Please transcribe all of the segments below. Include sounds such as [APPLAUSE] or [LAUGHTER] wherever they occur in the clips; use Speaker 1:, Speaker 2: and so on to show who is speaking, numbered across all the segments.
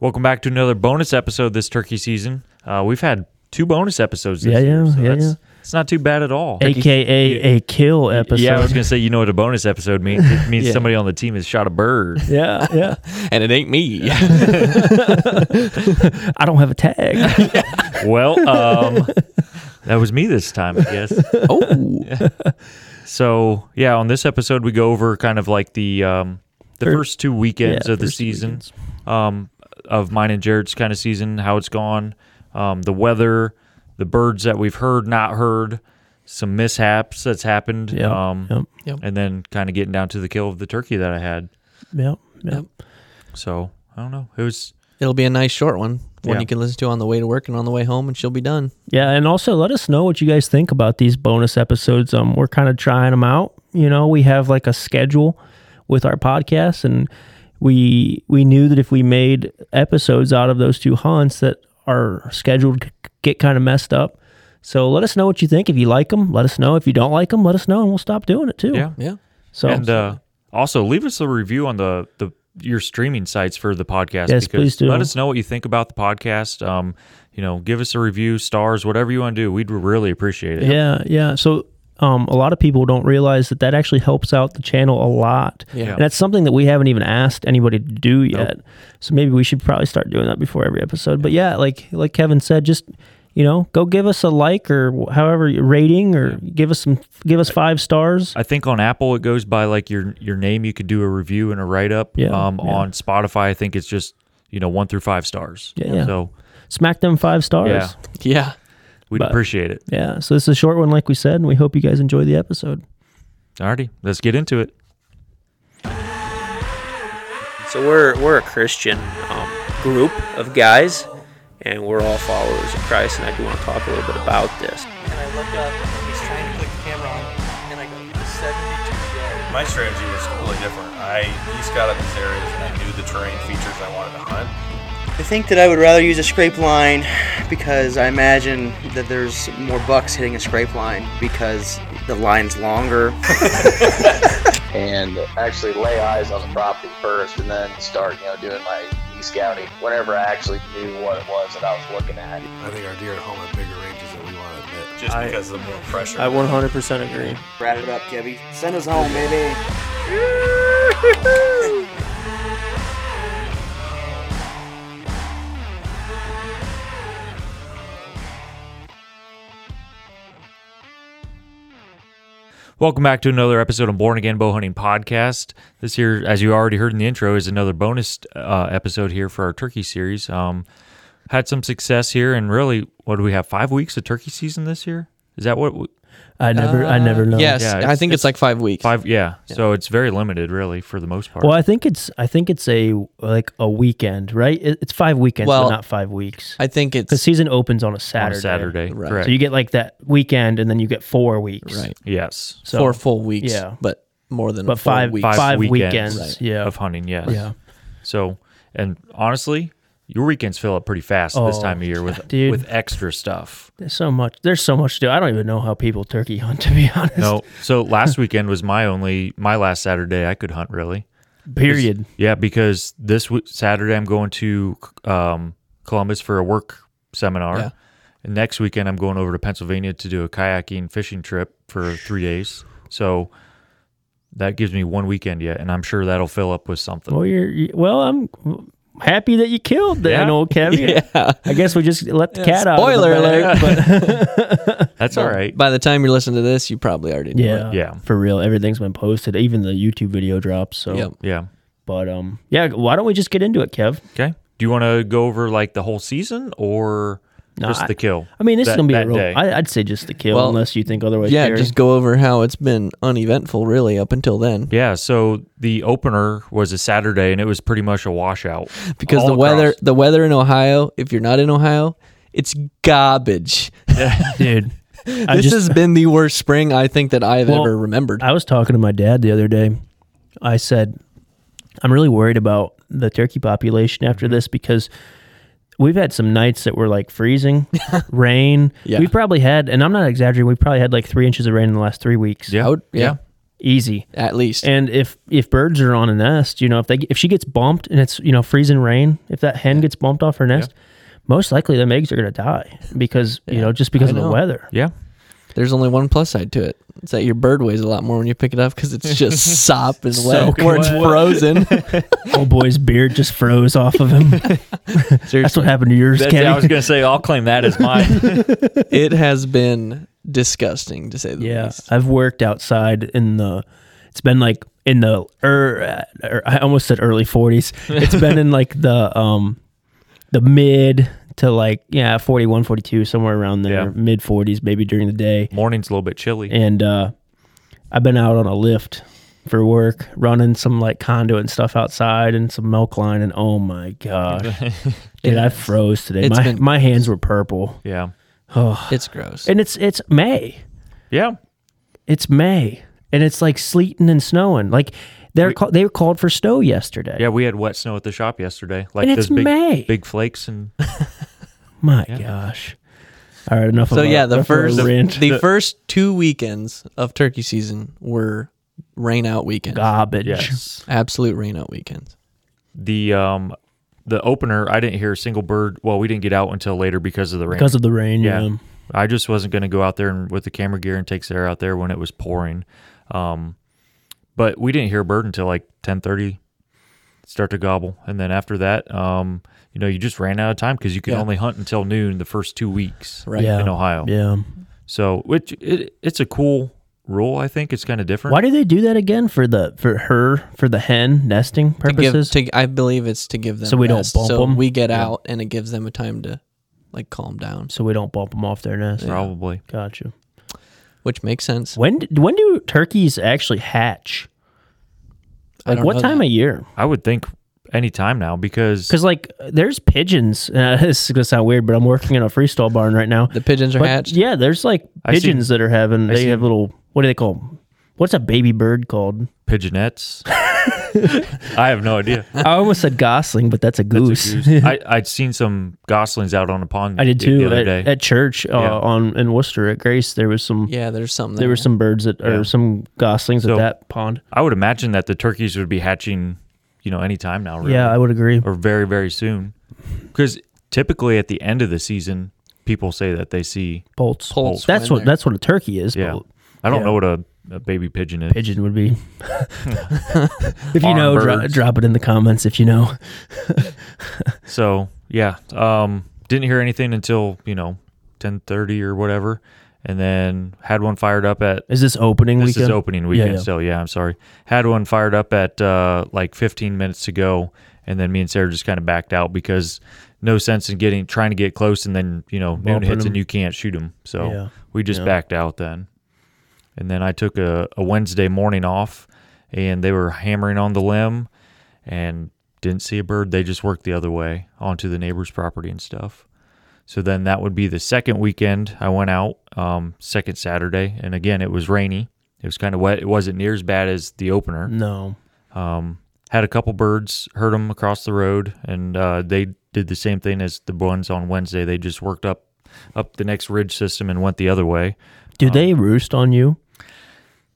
Speaker 1: Welcome back to another bonus episode this turkey season. Uh, we've had two bonus episodes this
Speaker 2: Yeah,
Speaker 1: year.
Speaker 2: yeah, yeah,
Speaker 1: that's,
Speaker 2: yeah.
Speaker 1: It's not too bad at all.
Speaker 2: AKA a kill episode.
Speaker 1: Yeah, I [LAUGHS] was gonna say you know what a bonus episode means.
Speaker 2: [LAUGHS]
Speaker 1: It means
Speaker 2: Yeah.
Speaker 1: somebody on the team has shot a bird.
Speaker 2: yeah, [LAUGHS] yeah.
Speaker 3: and it ain't me.
Speaker 2: I don't have
Speaker 1: [LAUGHS]
Speaker 2: a tag.
Speaker 1: well,
Speaker 2: [LAUGHS]
Speaker 1: um, that was me this time, I guess.
Speaker 3: oh,
Speaker 1: So yeah, on this episode we go over kind of like the um, the
Speaker 2: Fir-
Speaker 1: first two weekends
Speaker 2: yeah,
Speaker 1: of the
Speaker 2: first two
Speaker 1: season,
Speaker 2: weekends.
Speaker 1: um, of mine and Jared's kind of season, how it's gone, um, the weather, the birds that we've heard, not heard, some mishaps that's happened,
Speaker 2: Yep,
Speaker 1: um,
Speaker 2: yep,
Speaker 3: yep.
Speaker 1: and then kind of getting down to the kill of the turkey that I had.
Speaker 2: yep, yep.
Speaker 1: So I don't know, it was
Speaker 3: It'll be a nice short one. One
Speaker 1: Yeah.
Speaker 3: you can listen to on the way to work and on the way home, and she'll be done.
Speaker 2: Yeah, and also let us know what you guys think about these bonus episodes. Um, we're kind of trying them out. You know, we have like a schedule with our podcast, and we we knew that if we made episodes out of those two hunts, that our schedule would g- get kind of messed up. So let us know what you think. If you like them, let us know. If you don't like them, let us know, and we'll stop doing it too.
Speaker 1: yeah.
Speaker 3: Yeah.
Speaker 2: So
Speaker 1: and uh, also leave us a review on the the your streaming sites for the podcast.
Speaker 2: Yes, please do.
Speaker 1: Let us know what you think about the podcast. Um, you know, give us a review, stars, whatever you want to do. We'd really appreciate it.
Speaker 2: Yeah, yeah. So um, a lot of people don't realize that that actually helps out the channel a lot.
Speaker 3: Yeah.
Speaker 2: And that's something that we haven't even asked anybody to do yet. So maybe we should probably start doing that before every episode. But yeah, like like Kevin said, just you know, go give us a like or wh- however you- rating or give us some give us five stars.
Speaker 1: I think on Apple it goes by like your your name. You could do a review and a write up.
Speaker 2: Yeah,
Speaker 1: um,
Speaker 2: yeah.
Speaker 1: on Spotify, I think it's just you know one through five stars.
Speaker 2: Yeah, yeah.
Speaker 1: So
Speaker 2: Smack them five stars.
Speaker 1: yeah,
Speaker 3: Yeah.
Speaker 1: we'd
Speaker 2: But-
Speaker 1: appreciate it.
Speaker 2: Yeah, so this is a short one, like we said, and we hope you guys enjoy the episode.
Speaker 1: Alrighty, let's get into it.
Speaker 4: So we're we're a Christian um, group of guys, and we're all followers of Christ. And I do want to talk a little bit about this.
Speaker 5: and I look up and he's trying to click the camera on and I go 72 yards.
Speaker 6: My strategy was totally different. I east got up these areas and I knew the terrain features I wanted to hunt.
Speaker 5: I think that I would rather use a scrape line because I imagine that there's more bucks hitting a scrape line because the line's longer.
Speaker 7: and actually lay eyes on the property first and then start, you know, doing my e-scouting whenever I actually knew what it was that I was looking at.
Speaker 8: I think our deer at home have bigger ranges than we want to admit.
Speaker 6: Just because of the more pressure.
Speaker 9: I 100% agree.
Speaker 5: Wrap it up, Gibby. Send us home, baby.
Speaker 1: Welcome back to another episode of Born Again Bow Hunting Podcast. This here, as you already heard in the intro, is another bonus uh, episode here for our turkey series. Um, had some success here, and really, what do we have? Five weeks of turkey season this year? Is that what? we-
Speaker 2: I never I never know.
Speaker 3: Uh, Yes.
Speaker 1: Yeah,
Speaker 3: I
Speaker 1: it's-
Speaker 3: think it's, like five weeks.
Speaker 1: Five, yeah. So it's very limited, really, for the most part.
Speaker 2: Well, I think it's I think it's a like a weekend, right? It- It's five weekends,
Speaker 3: Well,
Speaker 2: but not five weeks.
Speaker 3: I think
Speaker 2: The
Speaker 3: it's.
Speaker 2: season opens on a
Speaker 1: On
Speaker 2: Saturday.
Speaker 1: a Saturday,
Speaker 3: Right.
Speaker 1: correct?
Speaker 2: So you get like that weekend, and then you get four weeks.
Speaker 3: Right.
Speaker 1: yes,
Speaker 2: So,
Speaker 3: four full weeks.
Speaker 2: yeah.
Speaker 3: But more than
Speaker 2: but
Speaker 3: four
Speaker 2: five
Speaker 3: weeks.
Speaker 1: Five
Speaker 2: five
Speaker 1: weekends.
Speaker 2: weekends.
Speaker 1: Right.
Speaker 2: Yeah.
Speaker 1: of hunting, yes.
Speaker 2: Yeah.
Speaker 1: So, and honestly, your weekends fill up pretty fast this
Speaker 2: Oh,
Speaker 1: time of year with
Speaker 2: dude.
Speaker 1: with extra stuff.
Speaker 2: There's so much. There's so much to do. I don't even know how people turkey hunt, [LAUGHS] to be honest.
Speaker 1: No, so last weekend was my only my last Saturday I could hunt really.
Speaker 2: Period.
Speaker 1: Yeah, because this w- Saturday I'm going to um, Columbus for a work seminar.
Speaker 3: Yeah.
Speaker 1: And next weekend I'm going over to Pennsylvania to do a kayaking fishing trip for three days. So that gives me one weekend yet, and I'm sure that'll fill up with something.
Speaker 2: Well, you're you- well. I'm happy that you killed
Speaker 1: [LAUGHS]
Speaker 2: that
Speaker 1: Yeah.
Speaker 2: old Kevin.
Speaker 3: [LAUGHS] Yeah.
Speaker 2: I guess we just let the cat out.
Speaker 3: Spoiler
Speaker 2: of the bag.
Speaker 3: alert. But
Speaker 1: That's all right.
Speaker 3: by the time you're listening to this, you probably already knew
Speaker 2: Yeah.
Speaker 3: it.
Speaker 1: Yeah.
Speaker 2: For real, everything's been posted. Even the YouTube video drops. So,
Speaker 3: Yep.
Speaker 1: Yeah.
Speaker 2: but um, yeah. Why don't we just get into it, Kev?
Speaker 1: Okay. Do you want to go over like the whole season or
Speaker 2: No,
Speaker 1: just
Speaker 2: I-
Speaker 1: the kill?
Speaker 2: I mean, this is
Speaker 1: That-
Speaker 2: gonna be
Speaker 1: that
Speaker 2: a real.
Speaker 1: day.
Speaker 2: I, I'd say just the kill,
Speaker 3: Well,
Speaker 2: unless you think otherwise.
Speaker 3: Yeah.
Speaker 2: Jerry. [LAUGHS]
Speaker 3: Just go over how it's been uneventful, really, up until then.
Speaker 1: Yeah, so the opener was a Saturday, and it was pretty much a washout
Speaker 3: Because
Speaker 1: All
Speaker 3: the weather,
Speaker 1: across.
Speaker 3: the weather in Ohio, if you're not in Ohio, it's garbage.
Speaker 2: dude. I
Speaker 3: this
Speaker 2: just,
Speaker 3: has been the worst spring I think that I've
Speaker 2: Well,
Speaker 3: ever remembered.
Speaker 2: I was talking to my dad the other day. I said, I'm really worried about the turkey population after
Speaker 3: Mm-hmm.
Speaker 2: this because we've had some nights that were like
Speaker 3: [LAUGHS]
Speaker 2: freezing, rain.
Speaker 3: Yeah.
Speaker 2: We probably had, and I'm not exaggerating, we probably had like three inches of rain in the last three weeks.
Speaker 1: Yeah.
Speaker 3: I would- yeah.
Speaker 2: easy.
Speaker 3: at least.
Speaker 2: And if if birds are on a nest, you know, if they if she gets bumped and it's you know freezing rain, if that hen gets bumped off her nest, most likely them eggs are gonna die because you know just because
Speaker 3: I
Speaker 2: of the
Speaker 3: know.
Speaker 2: weather.
Speaker 1: Yeah.
Speaker 3: There's only one plus side to it. It's that your bird weighs a lot more when you pick it up because it's
Speaker 2: [LAUGHS]
Speaker 3: just sop and wet
Speaker 2: Soaked
Speaker 3: where it's
Speaker 2: wet. [LAUGHS]
Speaker 3: frozen.
Speaker 2: Old boy's beard just froze off of him. That's what happened to yours,
Speaker 1: That's,
Speaker 2: Kenny.
Speaker 1: I was going to say, I'll claim that as
Speaker 2: [LAUGHS]
Speaker 1: mine.
Speaker 3: it has been disgusting to say the
Speaker 2: Yeah, [SIGHS]
Speaker 3: least.
Speaker 2: I've worked outside in the. It's been like in the er, er I almost said early 40s. It's been in like the um the mid to like yeah 41 42 somewhere around there
Speaker 1: Yeah.
Speaker 2: mid 40s maybe during the day
Speaker 1: Morning's a little bit chilly.
Speaker 2: and uh I've been out on a lift for work running some like conduit and stuff outside and some milk line and oh my
Speaker 3: [LAUGHS]
Speaker 2: gosh dude I froze today
Speaker 3: It's
Speaker 2: my
Speaker 3: been-
Speaker 2: my hands were purple
Speaker 1: Yeah.
Speaker 2: oh
Speaker 3: It's gross.
Speaker 2: and it's it's May
Speaker 1: Yeah.
Speaker 2: it's May and it's like sleeting and snowing. Like they're call, they were called for snow yesterday.
Speaker 1: Yeah. We had wet snow at the shop yesterday. Like
Speaker 2: And it's
Speaker 1: those big,
Speaker 2: May.
Speaker 1: big flakes.
Speaker 2: [LAUGHS]
Speaker 1: And
Speaker 2: My gosh. All right, enough.
Speaker 3: so
Speaker 2: of
Speaker 3: yeah,
Speaker 2: our-
Speaker 3: the
Speaker 2: enough of our
Speaker 3: first
Speaker 2: rant.
Speaker 3: the first two weekends of turkey season were rain out weekends.
Speaker 2: garbage.
Speaker 1: yes.
Speaker 3: Absolute rain out weekends.
Speaker 1: the um the opener i didn't hear a single bird well we didn't get out until later because of the rain
Speaker 2: Because of the rain, yeah.
Speaker 1: yeah i just wasn't going to go out there and with the camera gear and take Sarah out there when it was pouring um but we didn't hear a bird until like 10:30 start to gobble and then after that um you know you just ran out of time cuz you could
Speaker 3: Yeah.
Speaker 1: only hunt until noon the first 2 weeks
Speaker 3: Right.
Speaker 2: Yeah.
Speaker 1: in ohio
Speaker 2: Yeah.
Speaker 1: so which it, it's a cool rule i think it's kind of different
Speaker 2: Why do they do that again for the for her for the hen nesting
Speaker 3: To give,
Speaker 2: purposes?
Speaker 3: to, I believe it's to give them
Speaker 2: So we don't
Speaker 3: rest.
Speaker 2: bump
Speaker 3: so
Speaker 2: 'em?
Speaker 3: we get out and it gives them a time to like calm down,
Speaker 2: so we don't bump them off their nest.
Speaker 1: probably
Speaker 2: Gotcha.
Speaker 3: which makes sense.
Speaker 2: When d- when do turkeys actually hatch?
Speaker 3: I
Speaker 2: Like
Speaker 3: don't
Speaker 2: what
Speaker 3: know
Speaker 2: time
Speaker 3: that.
Speaker 2: of year?
Speaker 1: i would think any time now because
Speaker 2: Because like there's pigeons. [LAUGHS] Uh, this is gonna sound weird, but I'm working in a freestyle barn right now.
Speaker 3: The pigeons are
Speaker 2: But,
Speaker 3: hatched.
Speaker 2: Yeah, there's like
Speaker 1: I see-
Speaker 2: pigeons that are having. they
Speaker 1: see-
Speaker 2: have little. What do they call? 'em? What's a baby bird
Speaker 1: [LAUGHS]
Speaker 2: called?
Speaker 1: pigeonettes
Speaker 2: [LAUGHS]
Speaker 1: i have no idea
Speaker 2: I almost said gosling, but that's a goose.
Speaker 1: It's a goose. I, I'd seen some goslings out on a pond.
Speaker 2: [LAUGHS] I did
Speaker 1: the-
Speaker 2: too
Speaker 1: the other
Speaker 2: at,
Speaker 1: day.
Speaker 2: at church uh,
Speaker 1: Yeah.
Speaker 2: on in Worcester at Grace. There was some.
Speaker 3: Yeah, there's something.
Speaker 2: There were some birds that, or
Speaker 1: Yeah.
Speaker 2: some goslings
Speaker 1: So-
Speaker 2: at that pond.
Speaker 1: I would imagine that the turkeys would be hatching, you know, any time now, really,
Speaker 2: Yeah, I would agree.
Speaker 1: or very very soon, because typically at the end of the season, people say that they see.
Speaker 2: Bolts.
Speaker 3: Poults
Speaker 2: That's
Speaker 3: were
Speaker 2: what.
Speaker 3: in
Speaker 2: That's what a turkey is.
Speaker 1: Yeah,
Speaker 2: Yeah.
Speaker 1: I don't
Speaker 2: Yeah.
Speaker 1: know what a, a baby pigeon is.
Speaker 2: Pigeon
Speaker 1: [LAUGHS]
Speaker 2: would be. [LAUGHS] if you
Speaker 1: Farm
Speaker 2: know, dro-
Speaker 1: birds.
Speaker 2: drop it in the comments. If you know,
Speaker 1: So yeah, um, didn't hear anything until you know ten thirty or whatever, and then had one fired up at
Speaker 2: is this opening
Speaker 1: This
Speaker 2: weekend?
Speaker 1: is opening weekend
Speaker 2: yeah.
Speaker 1: still. Yeah, I'm sorry. Had one fired up at uh, like 15 minutes to go, and then me and Sarah just kind of backed out because no sense in getting trying to get close, and then you know noon
Speaker 2: Bumping
Speaker 1: hits
Speaker 2: them.
Speaker 1: and you can't shoot them. So
Speaker 2: Yeah.
Speaker 1: we just backed out then, and then I took a, a Wednesday morning off, and they were hammering on the limb, and didn't see a bird. They just worked the other way onto the neighbor's property and stuff. So then that would be the second weekend I went out, um, second Saturday, and again it was rainy. It was kind of wet. It wasn't near as bad as the opener.
Speaker 2: No.
Speaker 1: Um, had a couple birds, heard them across the road, and uh, they did the same thing as the ones on Wednesday. They just worked up up the next ridge system and went the other way.
Speaker 2: Do they roost on you?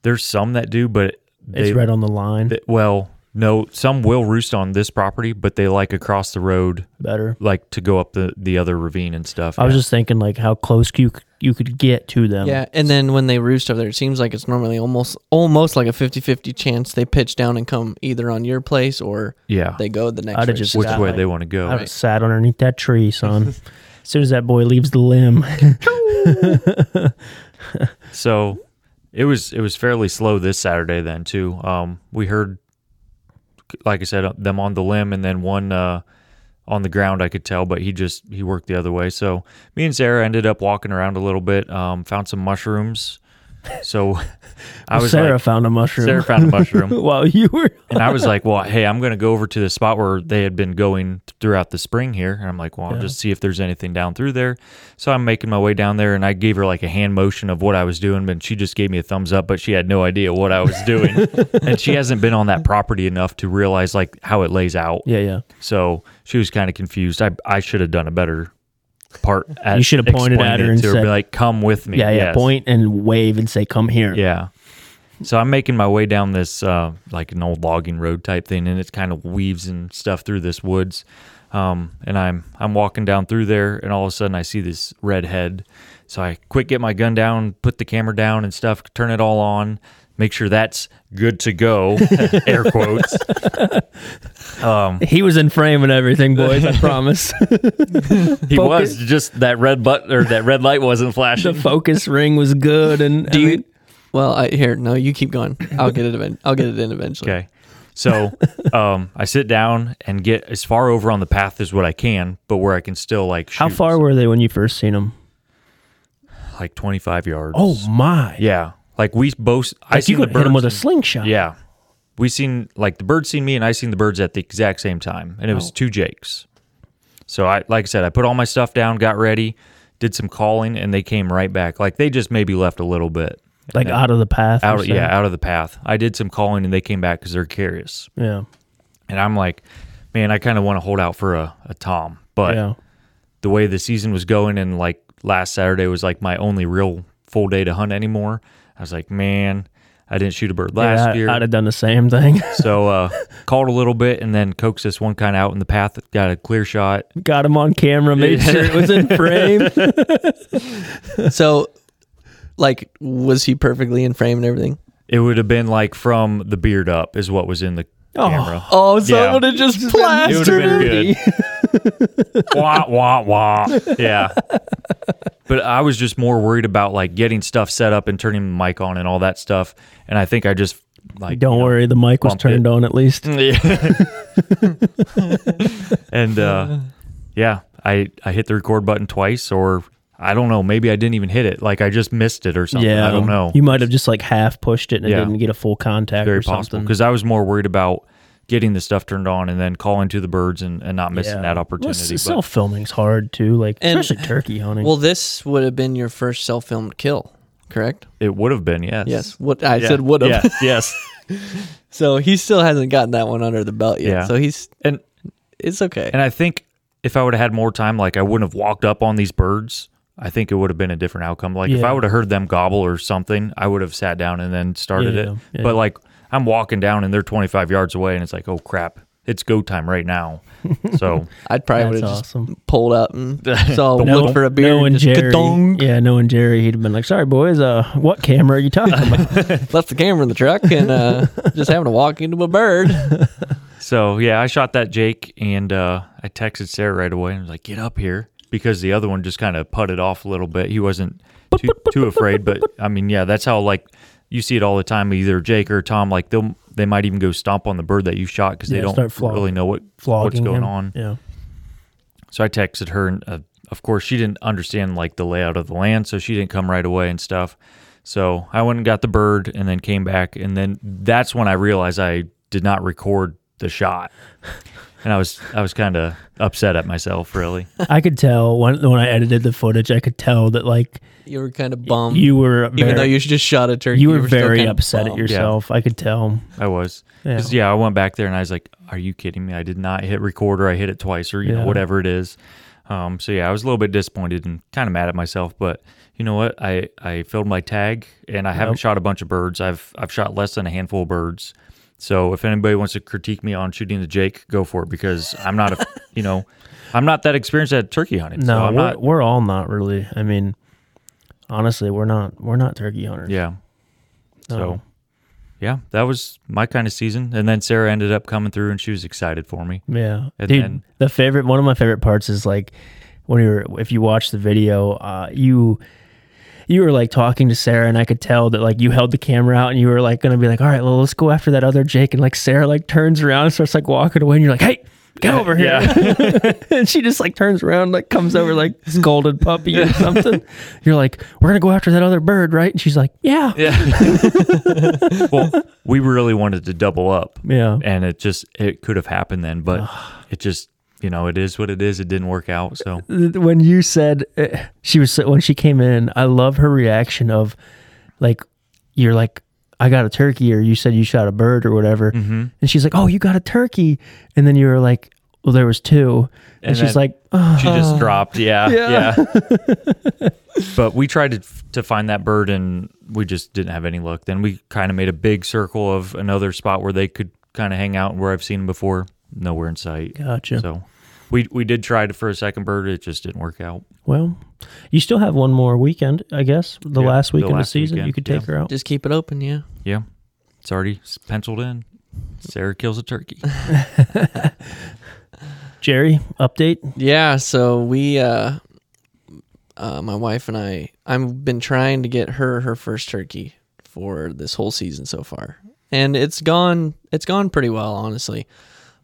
Speaker 1: There's some that do, but
Speaker 2: It's
Speaker 1: they,
Speaker 2: right on the line.
Speaker 1: they- well, no, some will roost on this property, but they like across the road,
Speaker 2: Better.
Speaker 1: like to go up the the other ravine and stuff.
Speaker 2: I was
Speaker 1: Yeah.
Speaker 2: just thinking like how close you c- you could get to them.
Speaker 1: Um,
Speaker 3: Yeah, and then when they roost over there, it seems like it's normally almost almost like a 50-50 chance they pitch down and come either on your place or
Speaker 1: yeah.
Speaker 3: they go the next.
Speaker 2: I'd have
Speaker 3: race.
Speaker 2: just
Speaker 1: which
Speaker 2: sat
Speaker 1: way
Speaker 2: like-
Speaker 1: they want to go.
Speaker 2: I have sat underneath that tree,
Speaker 1: [LAUGHS]
Speaker 2: son. as soon as that boy leaves the limb,
Speaker 1: So it was it was fairly slow this Saturday then too. Um, we heard, like I said, uh, them on the limb and then one uh, on the ground. I could tell, but he just he worked the other way. So me and Sarah ended up walking around a little bit. Um, found some mushrooms. So [LAUGHS] I was
Speaker 2: Sarah
Speaker 1: like,
Speaker 2: found a mushroom.
Speaker 1: Sarah
Speaker 2: [LAUGHS]
Speaker 1: found a mushroom.
Speaker 2: while you were
Speaker 1: And I was like, well, hey, I'm going to go over to the spot where they had been going throughout the spring here. And I'm like, well, I'll just see if there's anything down through there. So I'm making my way down there and I gave her like a hand motion of what I was doing. But she just gave me a thumbs up, but she had no idea what I was doing.
Speaker 2: [LAUGHS]
Speaker 1: and she hasn't been on that property enough to realize like how it lays out.
Speaker 2: [LAUGHS] yeah, yeah.
Speaker 1: So she was kind of confused. I, I should have done a better part. At
Speaker 2: You should have pointed
Speaker 1: explaining
Speaker 2: at her
Speaker 1: it
Speaker 2: and
Speaker 1: to be
Speaker 2: said-
Speaker 1: like, come with me.
Speaker 2: Yeah, yeah.
Speaker 1: Yes.
Speaker 2: Point and wave and say, "Come
Speaker 1: [LAUGHS]
Speaker 2: here."
Speaker 1: Yeah. So I'm making my way down this uh, like an old logging road type thing, and it's kind of weaves and stuff through this woods. Um, and I'm I'm walking down through there, and all of a sudden I see this red head. So I quick get my gun down, put the camera down and stuff, turn it all on, make sure that's good to go. [LAUGHS] air quotes. Um,
Speaker 2: He was in frame and everything,
Speaker 1: [LAUGHS]
Speaker 2: boys. I promise. [LAUGHS]
Speaker 1: He was
Speaker 2: Focus.
Speaker 1: just that red button or that red light wasn't flashing.
Speaker 2: the focus ring was good. And
Speaker 3: Do
Speaker 2: I
Speaker 3: you?
Speaker 2: mean,
Speaker 3: well, I here. No, you keep going. I'll get it. Event, I'll get it in eventually.
Speaker 1: Okay.
Speaker 2: [LAUGHS]
Speaker 1: So um, I sit down and get as far over on the path as what I can, but where I can still like shoot.
Speaker 2: how far were they when you first seen them?
Speaker 1: Like 25 yards.
Speaker 2: Oh my!
Speaker 1: Yeah. Like we both. I
Speaker 2: like
Speaker 1: seen
Speaker 2: you
Speaker 1: the
Speaker 2: could hit them
Speaker 1: birds.
Speaker 2: with a slingshot.
Speaker 1: yeah. We seen like the birds seen me and I seen the birds at the exact same time, and it
Speaker 2: Oh.
Speaker 1: was two Jakes. So I, like I said, I put all my stuff down, got ready, did some calling, and they came right back. Like they just maybe left a little bit
Speaker 2: like out of the path.
Speaker 1: out,
Speaker 2: or
Speaker 1: yeah, out of the path. I did some calling, and they came back because they're curious.
Speaker 2: something. yeah,
Speaker 1: And I'm like, man, I kind of want to hold out for a, a Tom. But
Speaker 2: yeah.
Speaker 1: the way the season was going and like last Saturday was like my only real full day to hunt anymore. I was like, man, I didn't shoot a bird last
Speaker 2: Yeah, I-
Speaker 1: year.
Speaker 2: I'd have done the same
Speaker 1: [LAUGHS]
Speaker 2: thing. [LAUGHS]
Speaker 1: so uh called a little bit and then coaxed this one kind of out in the path, got a clear shot.
Speaker 2: Got him on camera, made sure it was in
Speaker 1: [LAUGHS]
Speaker 2: frame.
Speaker 3: So, like, was he perfectly in frame and everything?
Speaker 1: It would have been like from the beard up is what was in the
Speaker 2: [LAUGHS]
Speaker 1: camera.
Speaker 3: Oh, so
Speaker 1: Yeah.
Speaker 3: it would have just
Speaker 1: It would have
Speaker 3: plastered.
Speaker 1: been good. wah wah wah. Yeah. But I was just more worried about like getting stuff set up and turning the mic on and all that stuff. And I think I just like
Speaker 2: Don't
Speaker 1: you know,
Speaker 2: worry, the mic was
Speaker 1: bump
Speaker 2: turned
Speaker 1: it. Mm,
Speaker 2: on at least.
Speaker 1: and
Speaker 2: [LAUGHS]
Speaker 1: uh, yeah, I I hit the record button twice, or I don't know, maybe I didn't even hit it. Like I just missed it or something.
Speaker 2: Yeah,
Speaker 1: I don't know.
Speaker 2: You might have just like half pushed it and it
Speaker 1: Yeah.
Speaker 2: didn't get a full contact
Speaker 1: very
Speaker 2: or
Speaker 1: possible
Speaker 2: something.
Speaker 1: because I was more worried about getting the stuff turned on and then calling to the birds and, and not missing
Speaker 2: Yeah.
Speaker 1: that
Speaker 2: Well,
Speaker 1: opportunity. but
Speaker 2: self filming's hard too, like
Speaker 3: And-
Speaker 2: especially turkey hunting.
Speaker 3: Well, this would have been your first self-filmed kill, correct?
Speaker 1: it would have been yes.
Speaker 3: Yes. What I
Speaker 1: Yeah.
Speaker 3: said would have.
Speaker 1: Yeah,
Speaker 2: [LAUGHS]
Speaker 1: yes.
Speaker 3: [LAUGHS] So he still hasn't gotten that one under the belt yet.
Speaker 1: Yeah.
Speaker 3: So he's
Speaker 1: And
Speaker 3: it's okay.
Speaker 1: And I think if I would have had more time, like I wouldn't have walked up on these birds. I think it would have been a different outcome. Like if
Speaker 2: Yeah.
Speaker 1: I would have heard them gobble or something, I would have sat down and then started
Speaker 2: Yeah,
Speaker 1: it.
Speaker 2: yeah.
Speaker 1: But like I'm walking down and they're 25 yards away, and it's like, oh crap, it's go time right
Speaker 2: [LAUGHS]
Speaker 1: now. So
Speaker 3: I'd probably would
Speaker 2: That's
Speaker 3: have
Speaker 2: awesome.
Speaker 3: just pulled up and
Speaker 1: [LAUGHS]
Speaker 3: so look for a beer.
Speaker 2: No,
Speaker 3: and
Speaker 2: and
Speaker 3: just
Speaker 2: Jerry.
Speaker 3: ka-dong.
Speaker 2: Yeah, no, and Jerry. He'd have been like, "Sorry, boys. Uh, what camera are you
Speaker 3: [LAUGHS]
Speaker 2: talking about?"
Speaker 3: left the camera in the truck
Speaker 2: [LAUGHS]
Speaker 3: and uh, just having to walk into a bird.
Speaker 1: so yeah, I shot that Jake and uh, I texted Sarah right away and was like, get up here because the other one just kind of putted off a little bit. He wasn't too, too afraid, but I mean, yeah, that's how like you see it all the time. Either Jake or Tom, like they'll they might even go stomp on the bird that you shot because
Speaker 2: Yeah,
Speaker 1: they don't
Speaker 2: start flog-
Speaker 1: really know what
Speaker 2: Flogging
Speaker 1: what's going
Speaker 2: him.
Speaker 1: on.
Speaker 2: Yeah,
Speaker 1: So I texted her, and uh, of course, she didn't understand like the layout of the land, so she didn't come right away and stuff. So I went and got the bird, and then came back, and then that's when I realized I did not record the shot, [LAUGHS] and I was I was kind of upset at myself, really.
Speaker 2: I could tell when when I edited the footage, I could tell that like
Speaker 3: You were kind of bummed,
Speaker 2: you were very,
Speaker 3: even though you just shot a turkey.
Speaker 2: you were,
Speaker 3: still
Speaker 2: very
Speaker 3: kinda
Speaker 2: upset at
Speaker 3: bummed.
Speaker 2: yourself. I could tell.
Speaker 1: I was. 'Cause,
Speaker 2: Yeah.
Speaker 1: yeah, I went back there and I was like, "Are you kidding me? I did not hit record, or I hit it twice, or you
Speaker 2: Yeah.
Speaker 1: know whatever it is." Um, so yeah, I was a little bit disappointed and kind of mad at myself, but you know what? I I filled my tag, and I haven't shot a bunch of birds. I've I've shot less than a handful of birds. So if anybody wants to critique me on shooting the Jake, go for it because I'm not a [LAUGHS] you know I'm not that experienced at turkey hunting. so
Speaker 2: No,
Speaker 1: I'm
Speaker 2: we're,
Speaker 1: not.
Speaker 2: we're all not really. I mean, honestly, we're not. We're not turkey hunters.
Speaker 1: Yeah.
Speaker 2: No.
Speaker 1: So yeah, that was my kind of season, and then Sarah ended up coming through, and she was excited for me.
Speaker 2: Yeah,
Speaker 1: And
Speaker 2: dude.
Speaker 1: then-
Speaker 2: the favorite one of my favorite parts is like when you're if you watch the video, uh, you you were like talking to Sarah, and I could tell that like you held the camera out, and you were like gonna be like, all right, well, let's go after that other Jake, and like Sarah like turns around and starts like walking away, and you're like, hey. Get over here! [LAUGHS] and she just like turns around, like comes over, like scolded puppy
Speaker 1: [LAUGHS]
Speaker 2: or something. You're like, "We're gonna go after that other bird, right?" And she's like, "Yeah, yeah."
Speaker 1: well, we really wanted to double up, and it just it could have happened then, but it just you know it is what it is. It didn't work out, so
Speaker 2: th- when you said eh, she was when she came in, I love her reaction of like you're like I got a
Speaker 1: Mm-hmm.
Speaker 2: turkey or you said you shot a bird or whatever, and she's like, oh, you got a turkey, and then you were like, well, there was two, and,
Speaker 1: And
Speaker 2: she's
Speaker 1: then-
Speaker 2: like, "Oh, "Ugh."
Speaker 1: She just dropped. Yeah.
Speaker 2: Yeah.
Speaker 1: Yeah. but we tried to to find that bird and we just didn't have any luck. Then we kind of made a big circle of another spot where they could kind of hang out where I've seen them before. Nowhere in sight.
Speaker 2: Gotcha.
Speaker 1: So we we did try to for a second bird. It just didn't work out.
Speaker 2: well, you still have one more weekend, I guess. The
Speaker 1: Yeah,
Speaker 2: last
Speaker 1: the
Speaker 2: weekend of the
Speaker 1: last
Speaker 2: season, you
Speaker 1: weekend,
Speaker 2: could take
Speaker 1: yeah.
Speaker 2: her out.
Speaker 3: Just keep it open, yeah.
Speaker 1: Yeah. It's already s- penciled in. Sarah kills a turkey.
Speaker 2: Jerry, update.
Speaker 3: Yeah, so we uh uh my wife and I I've been trying to get her her first turkey for this whole season so far. And it's gone it's gone pretty well, honestly.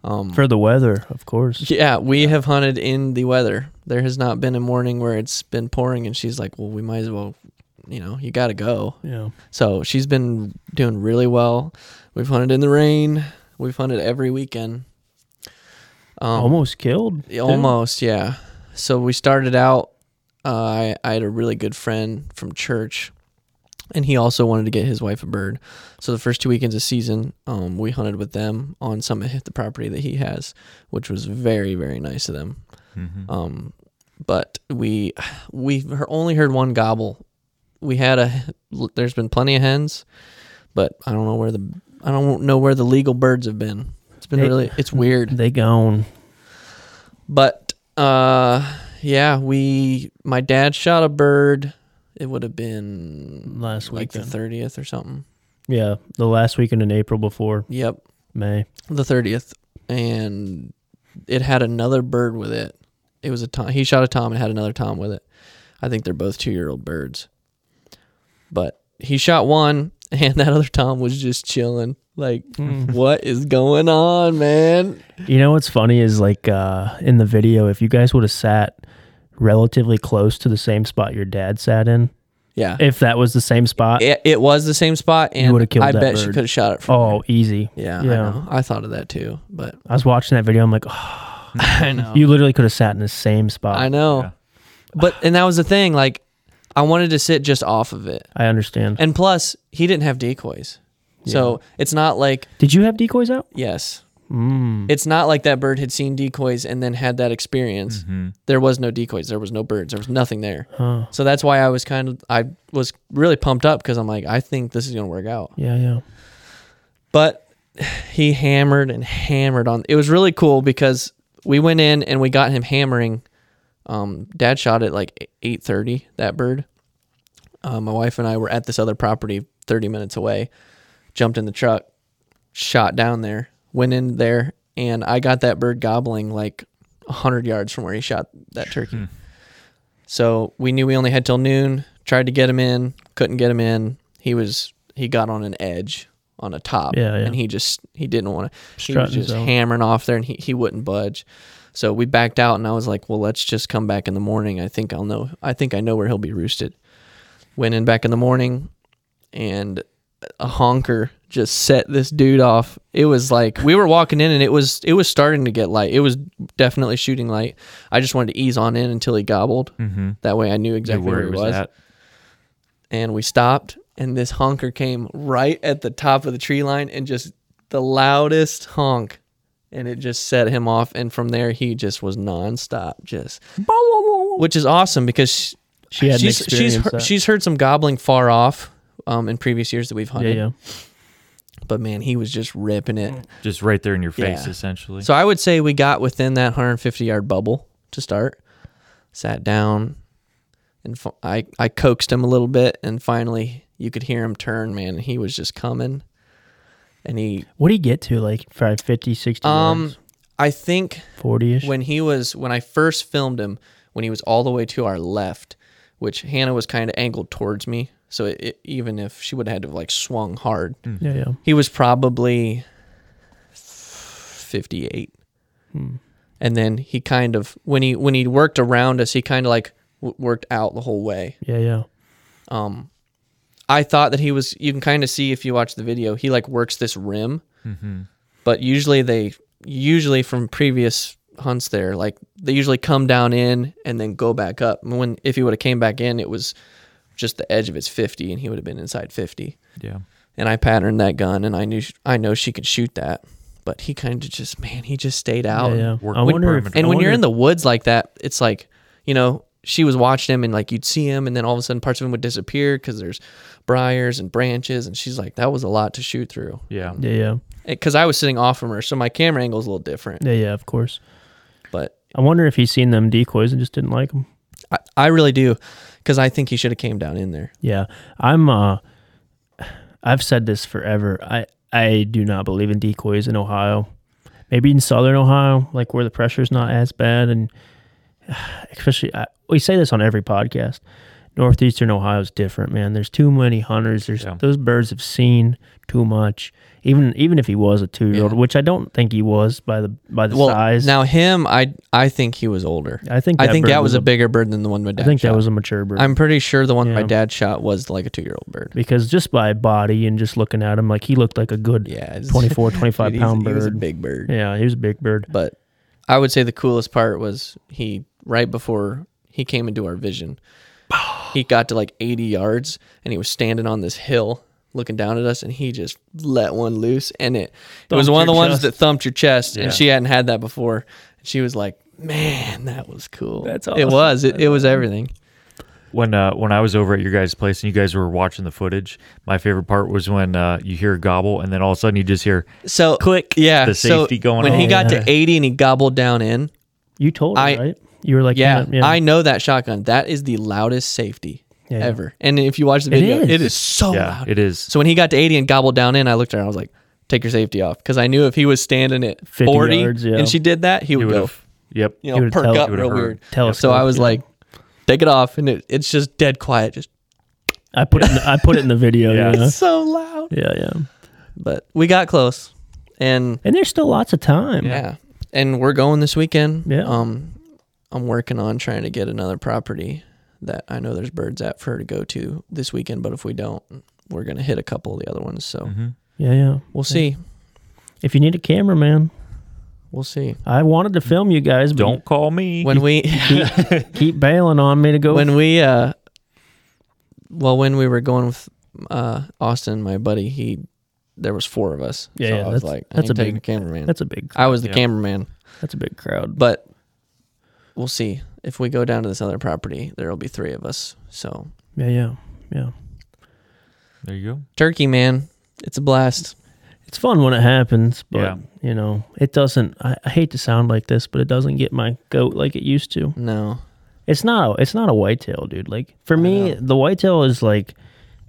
Speaker 3: Um,
Speaker 2: For the weather, of course.
Speaker 3: Yeah, we have hunted in the weather. There has not been a morning where it's been pouring and she's like, "Well, we might as well, you know, you got to go."
Speaker 2: Yeah.
Speaker 3: So, she's been doing really well. We've hunted in the rain. We've hunted every weekend. Um,
Speaker 2: Almost killed.
Speaker 3: Yeah, Almost, yeah. So we started out. Uh, I I had a really good friend from church, and he also wanted to get his wife a bird. So the first two weekends of season, um, we hunted with them on Summit Hit, the property that he has, which was very very nice of them. Um, but we we he- only heard one gobble. We had a there's been plenty of hens, but I don't know where the I don't know where the legal birds have been. It's been
Speaker 2: They-
Speaker 3: really it's weird
Speaker 2: They gone.
Speaker 3: but uh yeah we my dad shot a bird it would have been
Speaker 2: Last
Speaker 3: like the
Speaker 2: weekend.
Speaker 3: 30th or something
Speaker 2: Yeah, the last weekend in April before
Speaker 3: yep
Speaker 2: May.
Speaker 3: the 30th and it had another bird with it it was a tom he shot a tom and had another tom with it i think they're both two year old birds but he shot one [LAUGHS] and that other tom was just chilling like
Speaker 2: Hmm.
Speaker 3: what is going on man
Speaker 2: You know what's funny is like uh, in the video, if you guys would have sat relatively close to the same spot your dad sat in,
Speaker 3: yeah
Speaker 2: if that was the same spot,
Speaker 3: it, it was the same spot and
Speaker 2: would've killed
Speaker 3: i
Speaker 2: that
Speaker 3: bet she
Speaker 2: bird.
Speaker 3: could have shot it from
Speaker 2: oh, easy.
Speaker 3: Yeah,
Speaker 2: Yeah.
Speaker 3: I know. I thought of that too, but
Speaker 2: I was watching that video. I'm like, oh,
Speaker 3: I know.
Speaker 2: you literally could have sat in the same spot.
Speaker 3: I know. But and that was the thing. Like, I wanted to sit just off of it,
Speaker 2: I understand.
Speaker 3: and plus, he didn't have decoys, so it's not like
Speaker 2: Did you have decoys out? Mm.
Speaker 3: yes, it's not like that bird had seen decoys and then had that experience. There was no decoys. There was no birds. There was nothing there. So that's why I was kind of I was really pumped up because I'm like, I think this is gonna work out.
Speaker 2: Yeah, yeah.
Speaker 3: but he hammered and hammered on it was really cool because we went in and we got him hammering um, dad shot at like 8.30 that bird uh, my wife and i were at this other property 30 minutes away jumped in the truck shot down there went in there and i got that bird gobbling like 100 yards from where he shot that
Speaker 2: Hmm.
Speaker 3: turkey so we knew we only had till noon tried to get him in couldn't get him in he was he got on an edge on a top
Speaker 2: Yeah, yeah.
Speaker 3: and he just he didn't want to he was
Speaker 2: Strutting
Speaker 3: just
Speaker 2: zone.
Speaker 3: hammering off there and he, he wouldn't budge so we backed out and i was like well let's just come back in the morning i think i'll know i think i know where he'll be roosted went in back in the morning and a honker just set this dude off. It was like we were walking in and it was it was starting to get light. It was definitely shooting light. I just wanted to ease on in until he gobbled. Mm-hmm. That way I knew exactly where,
Speaker 1: Where
Speaker 3: he
Speaker 1: it
Speaker 3: was.
Speaker 1: was at.
Speaker 3: And we stopped and this honker came right at the top of the tree line and just the loudest honk and it just set him off and from there he just was nonstop just which is awesome because
Speaker 2: She hadn't
Speaker 3: she's she's
Speaker 2: experienced
Speaker 3: heard,
Speaker 2: that.
Speaker 3: she's heard some gobbling far off um, in previous years that we've
Speaker 2: Yeah,
Speaker 3: hunted
Speaker 2: yeah.
Speaker 3: but man, he was just ripping it.
Speaker 1: Just right there in your face,
Speaker 3: Yeah.
Speaker 1: essentially.
Speaker 3: So I would say we got within that 150 yard bubble to start. Sat down, and fi- I I coaxed him a little bit, and finally you could hear him turn. Man, he was just coming, and he
Speaker 2: What do you get to? Like probably 50, 60
Speaker 3: um I think
Speaker 2: 40 ish?
Speaker 3: when he was when I first filmed him when he was all the way to our left, which Hannah was kind of angled towards me, so it, it, even if she would have had to have, like swung hard,
Speaker 2: Yeah, yeah.
Speaker 3: he was probably 58 and then he kind of when he when he worked around us he kind of like w- worked out the whole way
Speaker 2: Yeah, yeah.
Speaker 3: i thought that he was you can kind of see if you watch the video he like works this rim but usually they usually from previous hunts there like they usually come down in and then go back up and when if he would have came back in it was just the edge of his 50 and he would have been inside 50
Speaker 1: yeah.
Speaker 3: and I patterned that gun, and I knew I know she could shoot that But he kind of just, man, he just stayed out.
Speaker 2: Yeah, yeah.
Speaker 1: Work
Speaker 2: I
Speaker 1: with
Speaker 2: wonder if,
Speaker 1: perimeter.
Speaker 3: And
Speaker 2: I
Speaker 3: when you're
Speaker 2: wonder
Speaker 3: in the woods like that, it's like, you know, she was watching him and like you'd see him and then all of a sudden parts of him would disappear because there's briars and branches. And she's like, that was a lot to shoot through.
Speaker 1: Yeah.
Speaker 2: if- yeah, yeah,
Speaker 3: Because I was sitting off from her. So my camera angle is a little different.
Speaker 2: yeah, yeah, of course.
Speaker 3: But
Speaker 2: I wonder if he's seen them decoys and just didn't like them.
Speaker 3: I, I really do because I think he should have came down in there.
Speaker 2: Yeah, I'm. uh I've said this forever. I I do not believe in decoys in Ohio. Maybe in Southern Ohio, like where the pressure's not as bad, and [SIGHS] especially I, we say this on every podcast. Northeastern Ohio is different, man. There's too many hunters. There's
Speaker 1: Yeah.
Speaker 2: those birds have seen too much. Even even if he was a two year old,
Speaker 3: Yeah.
Speaker 2: which I don't think he was by the by the
Speaker 3: Well,
Speaker 2: size.
Speaker 3: now him, I I think he was older.
Speaker 2: I think
Speaker 3: I think
Speaker 2: bird
Speaker 3: that was a bigger bird than the one my
Speaker 2: I
Speaker 3: dad.
Speaker 2: think that
Speaker 3: shot.
Speaker 2: was a mature bird.
Speaker 3: I'm pretty sure the one my
Speaker 2: Yeah.
Speaker 3: dad shot was like a two year old bird.
Speaker 2: because just by body and just looking at him, like he looked like a good
Speaker 3: Yeah,
Speaker 2: [LAUGHS]
Speaker 3: it's-
Speaker 2: 24, 25
Speaker 3: [LAUGHS] Dude, he's-
Speaker 2: pound
Speaker 3: He was a
Speaker 2: bird.
Speaker 3: big bird.
Speaker 2: Yeah, he was a big bird.
Speaker 3: But I would say the coolest part was he right before he came into our vision, he got to like 80 yards and he was standing on this hill looking down at us and he just let one loose and it it was
Speaker 2: Thumped
Speaker 3: one of the
Speaker 2: your
Speaker 3: ones
Speaker 2: chest.
Speaker 3: that thumped your chest
Speaker 1: Yeah.
Speaker 3: and she hadn't had that before and she was like man that was cool that's awesome. it was it, it was everything
Speaker 1: When uh, when I was over at your guys' place and you guys were watching the footage, my favorite part was when uh, you hear a gobble and then all of a sudden you just hear
Speaker 3: so
Speaker 1: Click.
Speaker 3: yeah
Speaker 1: The
Speaker 3: so
Speaker 1: safety going
Speaker 3: when he
Speaker 1: on.
Speaker 3: got
Speaker 2: Yeah.
Speaker 3: to 80 and he gobbled down in
Speaker 2: You told
Speaker 3: I-
Speaker 2: her, right? You were like,
Speaker 3: Yeah,
Speaker 2: yeah,
Speaker 3: I know that shotgun. That is the loudest safety
Speaker 2: Yeah, yeah.
Speaker 3: ever. And if you watch the
Speaker 2: It
Speaker 3: video,
Speaker 2: is.
Speaker 3: it is so
Speaker 1: yeah,
Speaker 3: loud.
Speaker 1: it is.
Speaker 3: So when he got to 80 and gobbled down in, I looked at her and I was like, take your safety off. Because I knew if he was standing at
Speaker 2: 50
Speaker 3: 40
Speaker 2: yards, yeah.
Speaker 3: and she did that, he would
Speaker 1: You
Speaker 3: go,
Speaker 1: would've- Yep.
Speaker 3: you
Speaker 2: He
Speaker 3: know,
Speaker 2: would've
Speaker 3: perk
Speaker 2: tele-
Speaker 3: up
Speaker 1: he would've
Speaker 3: real
Speaker 1: heard.
Speaker 3: weird.
Speaker 2: Telescope,
Speaker 3: So I was
Speaker 2: yeah.
Speaker 3: like, take it off. And it, it's just dead
Speaker 2: [LAUGHS]
Speaker 3: quiet. Just
Speaker 2: I put it. In the, I put it in
Speaker 3: [LAUGHS]
Speaker 2: the video.
Speaker 1: Yeah.
Speaker 2: yeah. yeah,
Speaker 3: so loud.
Speaker 2: yeah,
Speaker 3: But we got close. And
Speaker 2: And there's still lots of time.
Speaker 3: yeah. And we're going this weekend.
Speaker 2: Yeah.
Speaker 3: Um, I'm working on trying to get another property that I know there's birds at for her to go to this weekend. But if we don't, we're gonna hit a couple of the other ones. So
Speaker 2: yeah, Mm-hmm. yeah.
Speaker 3: we'll see.
Speaker 2: If you need a camera, man,
Speaker 3: We'll see.
Speaker 2: I wanted to film you guys, but
Speaker 1: Don't call me.
Speaker 3: When we
Speaker 2: you keep, keep bailing on me to go.
Speaker 3: [LAUGHS] when we uh, well, when we were going with uh Austin, my buddy, he there was four of us.
Speaker 2: Yeah,
Speaker 3: so
Speaker 2: yeah,
Speaker 3: I was
Speaker 2: that's-
Speaker 3: like,
Speaker 2: that's
Speaker 3: that's
Speaker 2: a
Speaker 3: a big
Speaker 2: big- [LAUGHS]
Speaker 3: cameraman.
Speaker 2: that's a big.
Speaker 3: I was the
Speaker 1: Yeah.
Speaker 3: cameraman.
Speaker 2: That's a big crowd.
Speaker 3: but we'll see if we go down to this other property there'll be three of us so
Speaker 2: Yeah, yeah, yeah.
Speaker 1: there you go.
Speaker 3: turkey man it's a blast
Speaker 2: It's fun when it happens, but
Speaker 1: Yeah.
Speaker 2: you know, it doesn't. I, I hate to sound like this, but it doesn't get my goat like it used to.
Speaker 3: no
Speaker 2: It's not. A, it's not a whitetail, dude. Like for me, the whitetail is like,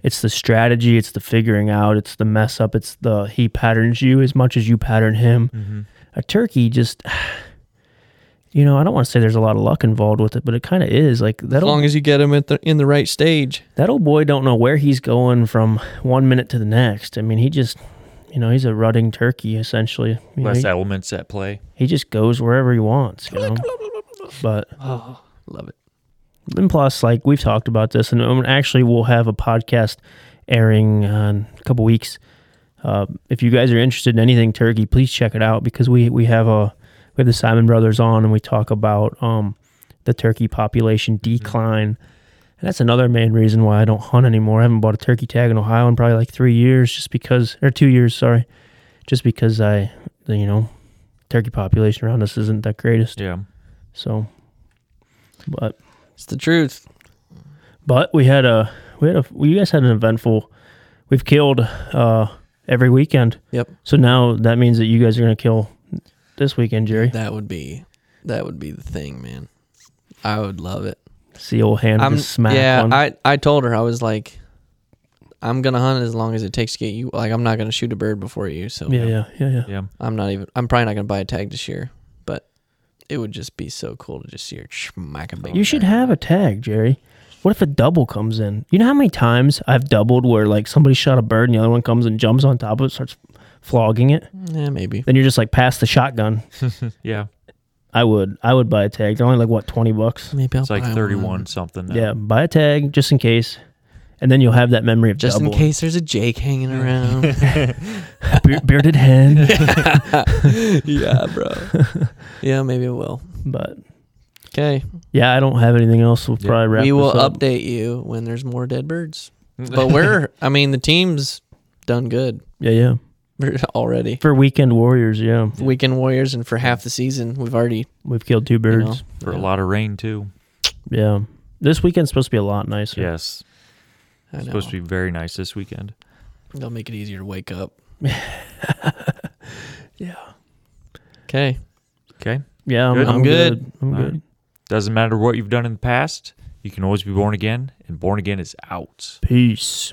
Speaker 2: it's the strategy, it's the figuring out, it's the mess up, it's the he patterns you as much as you pattern him.
Speaker 3: Mm-hmm.
Speaker 2: A turkey just, [SIGHS] you know, I don't want to say there's a lot of luck involved with it, but it kind of is. Like that
Speaker 3: as long
Speaker 2: old,
Speaker 3: as you get him at the, in the right stage
Speaker 2: that old boy don't know where he's going from one minute to the next. I mean, he just, you know, he's a rutting turkey essentially. You know,
Speaker 1: Less
Speaker 2: he,
Speaker 1: elements at play.
Speaker 2: he just goes wherever he wants. You know, but
Speaker 3: love it
Speaker 2: And plus, like we've talked about this, and um, actually, we'll have a podcast airing uh, in a couple weeks. Uh, if you guys are interested in anything turkey, please check it out because we we have a we have the Simon Brothers on, and we talk about um, the turkey population decline. And that's another main reason why I don't hunt anymore. I haven't bought a turkey tag in Ohio in probably like three years, just because or two years, sorry, just because I you know turkey population around us isn't the greatest.
Speaker 1: Yeah.
Speaker 2: So, but
Speaker 3: it's the truth
Speaker 2: but we had a we had a well, you guys had an eventful. We've killed uh, every weekend,
Speaker 3: yep
Speaker 2: so now that means that you guys are going to kill this weekend, Jerry.
Speaker 3: that would be that would be the thing man i would love it
Speaker 2: See old hand
Speaker 3: i'm
Speaker 2: just smack
Speaker 3: yeah
Speaker 2: one.
Speaker 3: i i told her i was like i'm gonna hunt as long as it takes to get you like i'm not gonna shoot a bird before you so
Speaker 2: yeah, yeah, yeah, yeah,
Speaker 1: Yeah.
Speaker 3: i'm not even i'm probably not gonna buy a tag this year but it would just be so cool to just see her smack a big
Speaker 2: You should
Speaker 3: bird.
Speaker 2: have a tag, Jerry. What if a double comes in? You know how many times I've doubled where like somebody shot a bird and the other one comes and jumps on top of it, starts flogging it.
Speaker 3: Yeah, maybe.
Speaker 2: Then you're just like past the shotgun.
Speaker 1: Yeah.
Speaker 2: I would, I would buy a tag. They're only like what twenty bucks.
Speaker 3: Maybe I'll
Speaker 1: It's like 31 something. now. [LAUGHS]
Speaker 2: Yeah, buy a tag just in case, and then you'll have that memory of
Speaker 3: Just
Speaker 2: double.
Speaker 3: in case there's a
Speaker 2: [LAUGHS]
Speaker 3: Jake hanging around.
Speaker 2: Be- bearded hen.
Speaker 3: yeah, bro. yeah, maybe it will.
Speaker 2: But
Speaker 3: Okay.
Speaker 2: yeah, I don't have anything else. We'll
Speaker 1: Yeah.
Speaker 2: probably wrap
Speaker 3: We will
Speaker 2: this up.
Speaker 3: update you
Speaker 1: [LAUGHS]
Speaker 3: when there's more dead birds. But we're I mean, the team's done good. [LAUGHS]
Speaker 2: Yeah, yeah.
Speaker 3: already.
Speaker 2: for weekend warriors. Yeah,
Speaker 3: Weekend Warriors, and for half the season, we've already
Speaker 2: we've killed two
Speaker 3: you
Speaker 2: birds.
Speaker 1: for a lot of rain too.
Speaker 2: Yeah, this weekend's supposed to be a lot nicer.
Speaker 1: Yes,
Speaker 3: know, I know.
Speaker 1: it's supposed to be very nice this weekend.
Speaker 3: They'll make it easier to wake up. yeah. Okay.
Speaker 1: Okay,
Speaker 2: yeah, I'm,
Speaker 1: Good.
Speaker 2: I'm
Speaker 3: I'm
Speaker 2: good.
Speaker 3: good.
Speaker 2: I'm
Speaker 1: All
Speaker 2: good.
Speaker 1: right. doesn't matter what you've done in the past. You can always be born again, and born again is out.
Speaker 2: Peace.